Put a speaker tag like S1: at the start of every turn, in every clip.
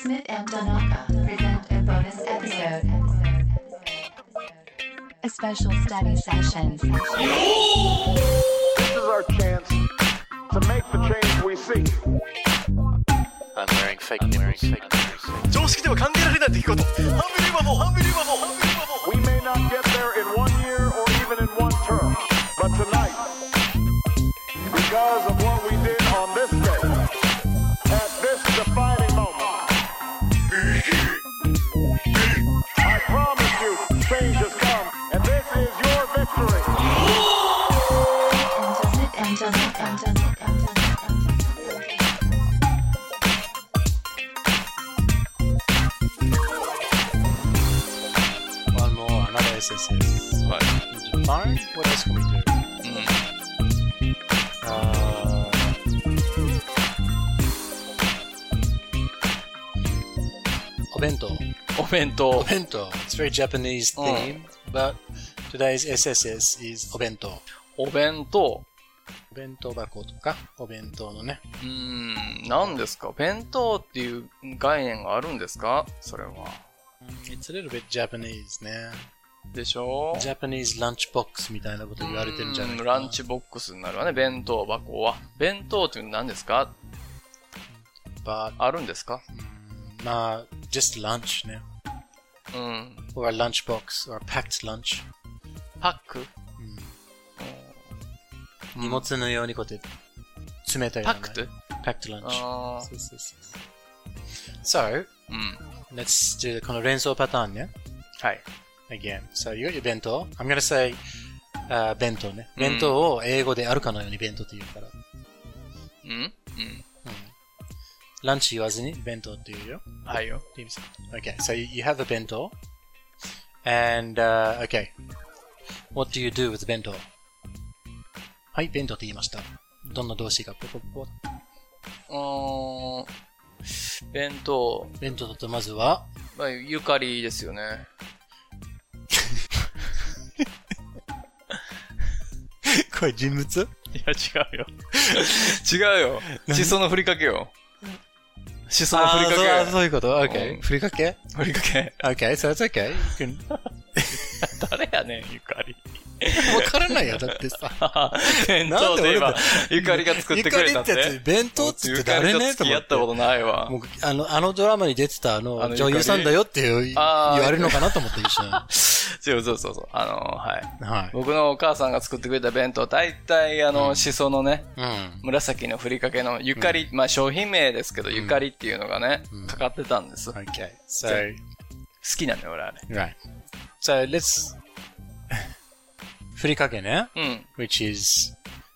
S1: Smith and Donaka present a bonus episode. A special study session.
S2: This is our chance to make the change we seek.
S3: I'm wearing fake I'm wearing fake nipples.
S4: 常識では考えられない出来事ハンビリーバボーハンビリーバボーハンビリーバボー
S2: We may not get there in one year or even in one term, but tonight, because of what we did on this day, at this defining moment, I promise you, change has come, and this is your victory.
S1: Smith and Donaka.
S5: One more, another SSS.
S3: What?
S5: Fine. What else can we do?
S3: Mm.
S5: Uh, Obento.
S3: お弁当。
S5: Obento. It's very Japanese
S3: Oh.
S5: theme, but today's SSS is Obento.
S3: お弁当。
S5: Obento 箱とか、お弁当のね。
S3: うーん、何ですか弁当っていう概念があるんですかそれは。
S5: It's a little bit Japanese ね。
S3: でしょ
S5: Japanese lunch box みたいなこと言われてるんじゃないか
S3: う
S5: な。
S3: ランチボックスになるわね、弁当箱は。弁当っていうのは何ですか
S5: But,
S3: あるんですか
S5: うんまあ、just lunch ね。
S3: うん。
S5: or a lunch box or a packed lunch.
S3: パック
S5: 荷物のようにこうやって詰めたようなね。
S3: パック
S5: packed lunch.
S3: ああ
S5: そうそうそう。So,
S3: うん。
S5: let's do この連想パターンね。
S3: はい。
S5: Again. So, you got your 弁当。I'm gonna say、uh, 弁当ね。弁当を英語であるかのように弁当って言うから。
S3: うんうん。
S5: ランチ言わずに弁当って言うよ。
S3: はいよ。
S5: Okay, so you you have a bento. And, uh, okay. What do you do with the bento? はい、弁当って言いました。どんな動詞がポポポ。
S3: うーん。弁当、
S5: 弁当だとまずは、
S3: まあ、ゆかりですよね。
S5: これ人物
S3: いや、違 うよ。違うよ。しそのふりかけよ。しそのふり
S5: あ
S3: か
S5: ーそうあー
S3: け。
S5: そういうこと。
S3: うん
S5: Okay. ふりかけ
S3: ふりかけ。
S5: ?Okay, so it's okay. You can-
S3: 誰やねん、ゆか り。
S5: わからないよ。だってさ。
S3: 弁当で今、ゆかりが作ってくれたっ
S5: ゆかりってや
S3: て
S5: つ、。弁当っつって
S3: ゆかり
S5: 誰
S3: と
S5: ねと
S3: 付き
S5: 思
S3: 合
S5: っ
S3: ってたこ。とないわ。
S5: もうあの、あのドラマに出てたあ
S3: あ
S5: の、
S3: の
S5: 女優さんだよっていう言
S3: あー
S5: われるのかなと思って一 緒に。は
S3: 違うそうそうそう。あのー、はい。
S5: い。
S3: 僕のお母さんが作ってくれた弁当、大体、あの、しそのね、
S5: うん。
S3: 紫のふりかけのゆかり、まあ商品名ですけど、ゆかりっていうのがね、かかってたんです。好
S5: Okay, so,
S3: きなのよ、俺、あれ。
S5: right. So, let's, ふりかけね。
S3: うん。
S5: which is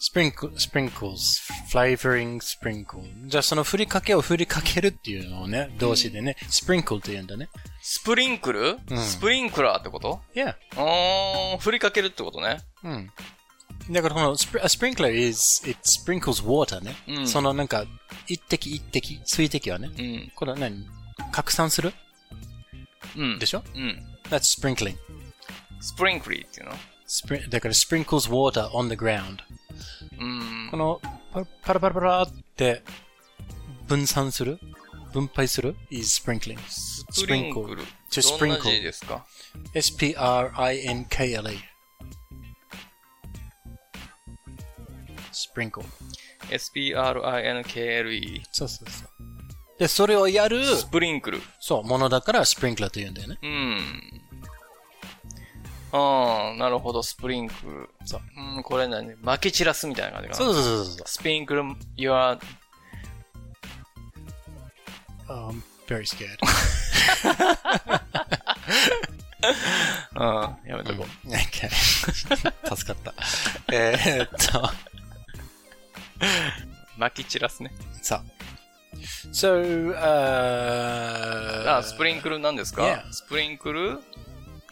S5: sprinkle, sprinkles, flavoring sprinkle. じゃあそのふりかけをふりかけるっていうのをね、動詞でね、sprinkle って言うんだね。
S3: スプリンクル、
S5: うん
S3: スプリンクラーってこと
S5: Yeah.
S3: うーん、振りかけるってことね。
S5: うん。だからこの、spr- a sprinkler is, it sprinkles water ね。
S3: うん
S5: そのなんか、一滴一滴、水滴はね。
S3: うん、
S5: これは何拡散する
S3: うん
S5: で。しょ
S3: うん。
S5: ?That's sprinkling.
S3: スプリンクリーっていうの
S5: Spr- だから sprinkles water on the ground.
S3: うん
S5: こ。の、パラパラパラパラって、分散する分配する is sprinkling.
S3: スプリンクル。
S5: To
S3: どんな
S5: sprinkle.
S3: 字ですか
S5: S-P-R-I-N-K-L-E. sprinkle.
S3: ?S-P-R-I-N-K-L-E。
S5: そうそうそう。で、それをやる、
S3: スプリンクル。
S5: そう、ものだから、スプリンクラーと言うんだよね。
S3: うん。ああ、なるほど、スプリンクル。そう。うん、これ何撒き散らすみたいな感じかな。
S5: そう
S3: う。
S5: そうそうそう。
S3: スプリンクル、you are,
S5: Um, very scared.
S3: うん、やめとこ
S5: Okay. 助か った。えーっと、
S3: う。撒き散らすね。
S5: さあ。So, uh,
S3: あ、スプリンクルなんですか
S5: Yeah.
S3: スプリンクル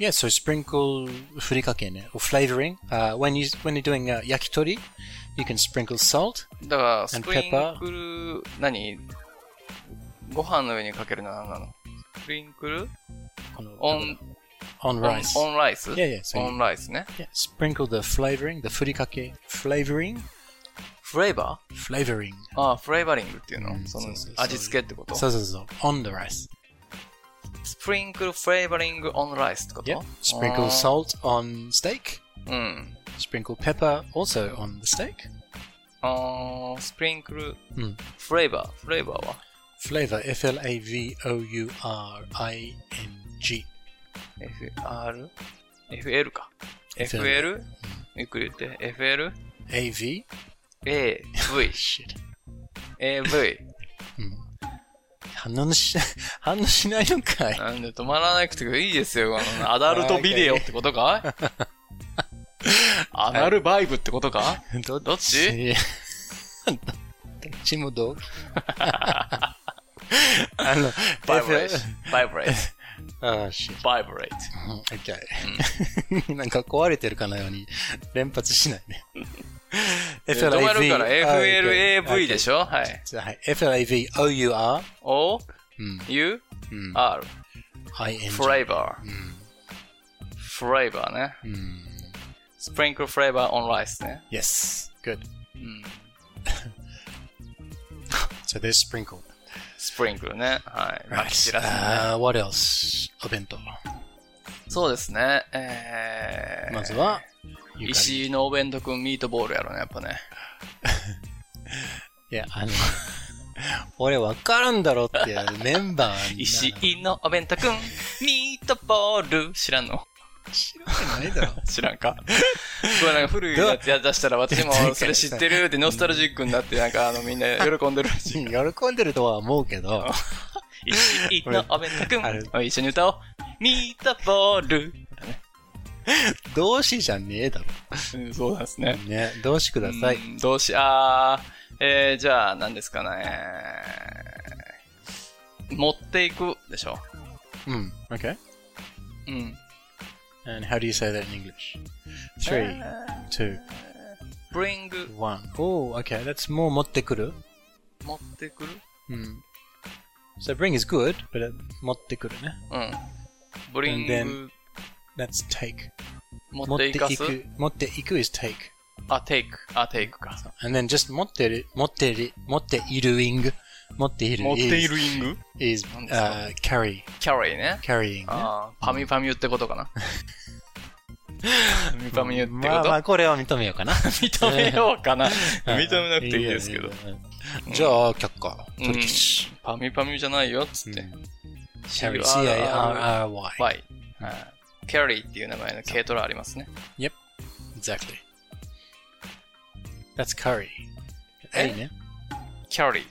S5: Yeah, so sprinkle ふりかけね。or flavoring. Uh, when, you, when you're doing、uh, 焼き鳥、you can sprinkle salt.
S3: だから、ス
S5: And
S3: プリンクル、何ご飯の上にかけるのは何なのスプリンクル
S5: この
S3: オン、
S5: on
S3: オン
S5: rice.
S3: オンライス
S5: Yeah, yeah, so you-
S3: オンライスね。
S5: Yeah, sprinkle the flavoring, the furikake flavoring
S3: フレーバ
S5: flavoring.
S3: ーああ、フレーバリングっていうの、
S5: うん
S3: そ
S5: そ
S3: の
S5: うそうそう
S3: 味付けってこと
S5: そうそうそう。on the rice.
S3: スプリンクルフレーバリングオンライスってこと
S5: Yep. Sprinkle
S3: あ
S5: salt on steak.
S3: ーうん。
S5: Sprinkle pepper also on the steak.
S3: あースプリンクル
S5: うん
S3: フレーバー、フレーバーは
S5: Flavor. F L A V O U R I N G.
S3: FR? FL か。
S5: FL
S3: FL? ゆっくり言って。FL?
S5: A V.
S3: A, V,
S5: Shit.
S3: A, V。
S5: 反応 し、反応しないのか い。
S3: なんで止まらなくていいですよ。こ のアダルトビデオってことかアナルバイブってことか
S5: ど
S3: どっち
S5: どっちも どうあの、
S3: バイブレーション。バイブレーシ
S5: ああ、し、
S3: ョン。バイブレーション。
S5: うん、OK。なんか壊れてるかのように連発しない ね。
S3: 止まるから FLAV でしょ
S5: ょ
S3: はい。
S5: はい。FLAVOUR。
S3: O,
S5: うん。
S3: U,
S5: うん。
S3: R,
S5: ING。
S3: フレーバー。フレーバーね。
S5: うん。
S3: スプリンクルフレーバーオンライスね。
S5: Yes. Good.
S3: うん。
S5: So there's sprinkle.
S3: スプリンクルね。はい。まき散らすね
S5: Uh, what else? お弁当。
S3: そうですね。えー、
S5: まずは、ゆかり
S3: 石井のお弁当くんミートボールやろね、やっぱね。
S5: いや、あの、 俺わからんだろってメンバーに。
S3: 石井のお弁当くん、ミートボール。知らんの
S5: 知らないだろ。
S3: 知らんかこれなんか古いやつや出したら私もそれ知ってるってノスタルジックになってなんかあのみんな喜んでるらしい。
S5: 喜んでるとは思うけど、
S3: 石井のお弁当
S5: あれ
S3: くん、一緒に歌おう。ミートボール。
S5: 動詞じゃねえだろ。
S3: うんそうなんですね。
S5: ね、動詞ください。
S3: うんどうし、あー、えー、じゃあ何ですかね。持っていくでしょ。
S5: うん。Okay.
S3: うん。
S5: And how do you say that in English? Three,
S3: Uh.
S5: two,
S3: bring
S5: one. Oh, okay. That's more 持ってくる。
S3: 持ってくる
S5: うん。So bring is good, but it- 持ってくるね。
S3: うん。
S5: And then-
S3: bring
S5: That's take.
S3: 持っていかす
S5: 持っていく is take.
S3: あ、take。あ、take か。
S5: And then just 持ってる、持ってる、持っている ing。持っている is,
S3: イング
S5: is
S3: なんですか
S5: uh, carry,
S3: ?carry ね。
S5: carrying.
S3: ああ、パミュパミュってことかな。パミュパミュってこと、
S5: まあまあ、これを認めようかな。
S3: 認めようかな。認めなくていいですけど
S5: や。いやいや。じゃあ、却下。
S3: うん
S5: 取り消し。
S3: パミュパミュじゃないよ、つって。
S5: carry,
S3: CRRY。
S5: C-A-R-R-Y.
S3: carry っていう名前の軽トラありますね。
S5: Yep. Exactly. That's curry.
S3: え
S5: A ね。
S3: carry。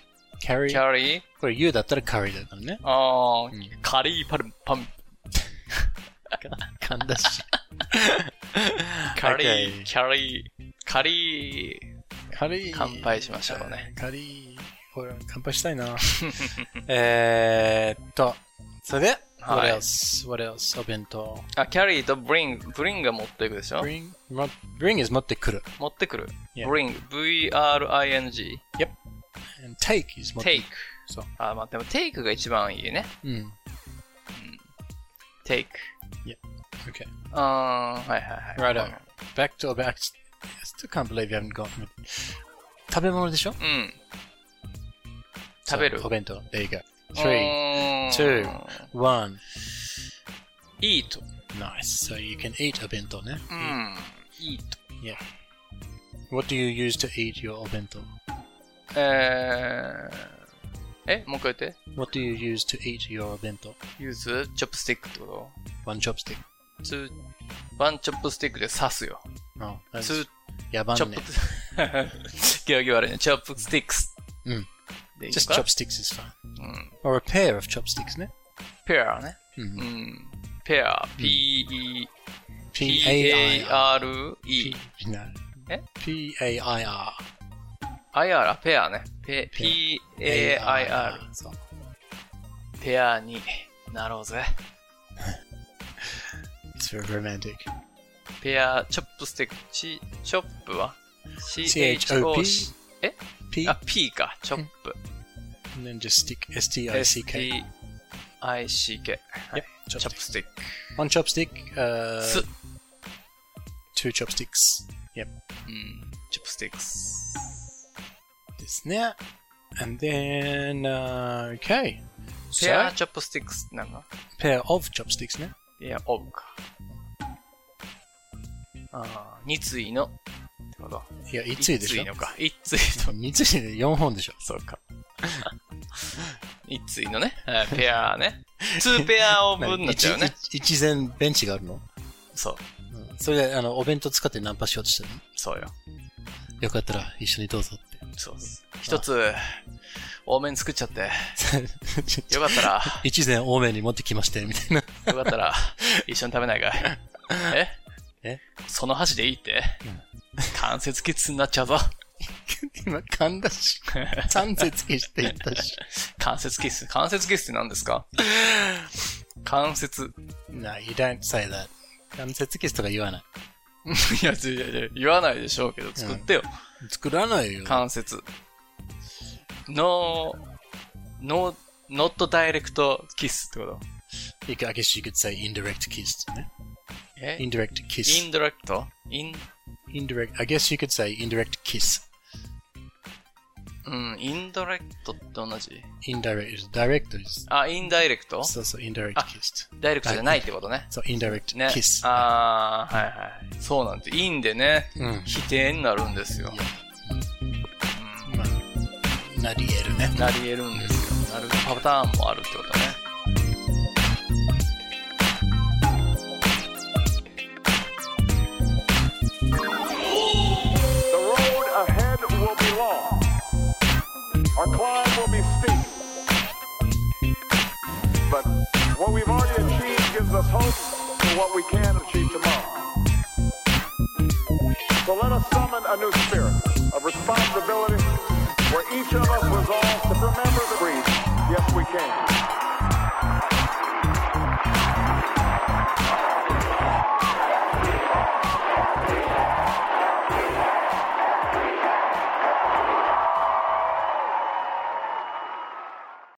S5: carry.
S3: carry?
S5: これ U だったら curry だからね。
S3: ああ、カリーパルパン、
S5: 噛んだし。
S3: カリ
S5: Okay.
S3: ー、カリー、カリー、
S5: curry.
S3: 乾杯しましょうね。
S5: curry. 俺、乾杯した いな。えーっと、それで、what
S3: はい
S5: else? What else? お弁当。
S3: あ、キャリーとブリング、ブリングが持っていくでしょ
S5: bring, も bring is 持ってくる。
S3: 持ってくる。
S5: Yeah.
S3: ブリング、V-R-I-N-G。
S5: and take is 持ってく
S3: take
S5: る。。そう。
S3: あ、まあ、でも take が一番いいね。
S5: うん。
S3: take。
S5: Okay.
S3: あー、はいはいはい。
S5: Right on. Back to back. I still can't believe you haven't gotten it. 食べ物でしょ
S3: うん。食べる
S5: So, お弁当。There you go.
S3: 3
S5: Three, two, one.
S3: Oh. eat. Mm.
S5: Nice. So you can eat お弁当ね。
S3: うん。eat.
S5: Yeah. What do you use to eat your お弁当
S3: えー、え、もう一回言って。
S5: ?What do you use to eat your お弁当
S3: use chopstick ってこ
S5: ?One chopstick.
S3: と ?two, one chopstick で刺すよ。
S5: No.
S3: two,
S5: やば
S3: chop,
S5: んね。
S3: 行儀悪いね。chopsticks
S5: うん。
S3: でいいの
S5: Just
S3: か
S5: chopsticks is fine.
S3: うん。
S5: Or a pair of chopsticks Hmm. ね。
S3: ペアね。
S5: う。
S3: うんん。ペア、P-E、
S5: P-A-I-R.
S3: P-A-R-E。
S5: E. No.
S3: え
S5: P-A-I-R.
S3: IR、ペアね。ペ
S5: ペ
S3: P-A-I-R。
S5: そう。
S3: ペアになろうぜ。
S5: It's very romantic.
S3: ペア、チョップステック、チ、チョップは
S5: C-H-O-P
S3: ?C-H-O-P。え
S5: P
S3: あ、P か。チョップ。
S5: And then just stick S T I C K.
S3: S-T-I-C-K。はい
S5: Yep.
S3: チョップステック。
S5: One chopstick. Uh,
S3: す。
S5: two chopsticks. Yep.
S3: うん。チョップスティックス。
S5: ですね。and then, uh, okay.
S3: ペア
S5: So,
S3: チョップスティックスなの
S5: pair of chopsticks ね。
S3: ペアオブか。ああ、二対の。ってこと
S5: いや、一対でしょ
S3: 一対の。か。一対の。
S5: 二対で4本でしょ。そうか。
S3: 一対のね。はいペアね。2ペ アオブになっちゃ うね。
S5: 一一前ベンチがあるの
S3: そう。
S5: うんそれで、あの、お弁当使ってナンパしようとしたの
S3: そうよ。
S5: よかったら一緒にどうぞって。
S3: そうっす。一つ、多めに作っちゃって。よ
S5: よ
S3: か
S5: かっ
S3: った ら、
S5: た。一前多めに持ってきまして、みたいな。
S3: よかったら、一緒に食べないかい え
S5: え
S3: その箸でいいって、関節キツになっちゃうぞ。
S5: 今噛ん だし、三節消していったし。
S3: 関節キス。関節キスって何ですか関節。
S5: な、you don't say that. 関節キスとか言わない。
S3: いや、いやいや言わないでしょうけど、作ってよ。
S5: 作らないよ。
S3: 関節。no, no, not direct kiss ってこと
S5: You could- I guess you could say indirect kiss ね。
S3: え
S5: indirect kiss.
S3: indirect? in,
S5: indirect, I guess you could say indirect kiss.
S3: うん、indirect と同じ。
S5: indirect is direct is.
S3: あ、indirect?
S5: そうそう、indirect
S3: あ
S5: kiss.
S3: ダイレクトじゃないってことね。
S5: そう、indirect
S3: ね。
S5: kiss.
S3: ああ、はいはい。そうなんて、いいんでね、
S5: うん
S3: 否定になるんですよ。
S5: まあ、なり得るね。
S3: なり得るんですよ。なるパターンもあるってことね。
S2: The road ahead will be long. Our climb will be steep. But what we've already achieved gives us hope for what we can achieve tomorrow. So let us summon a new spirit of responsibility where each of us resolves to remember the creed, yes we can.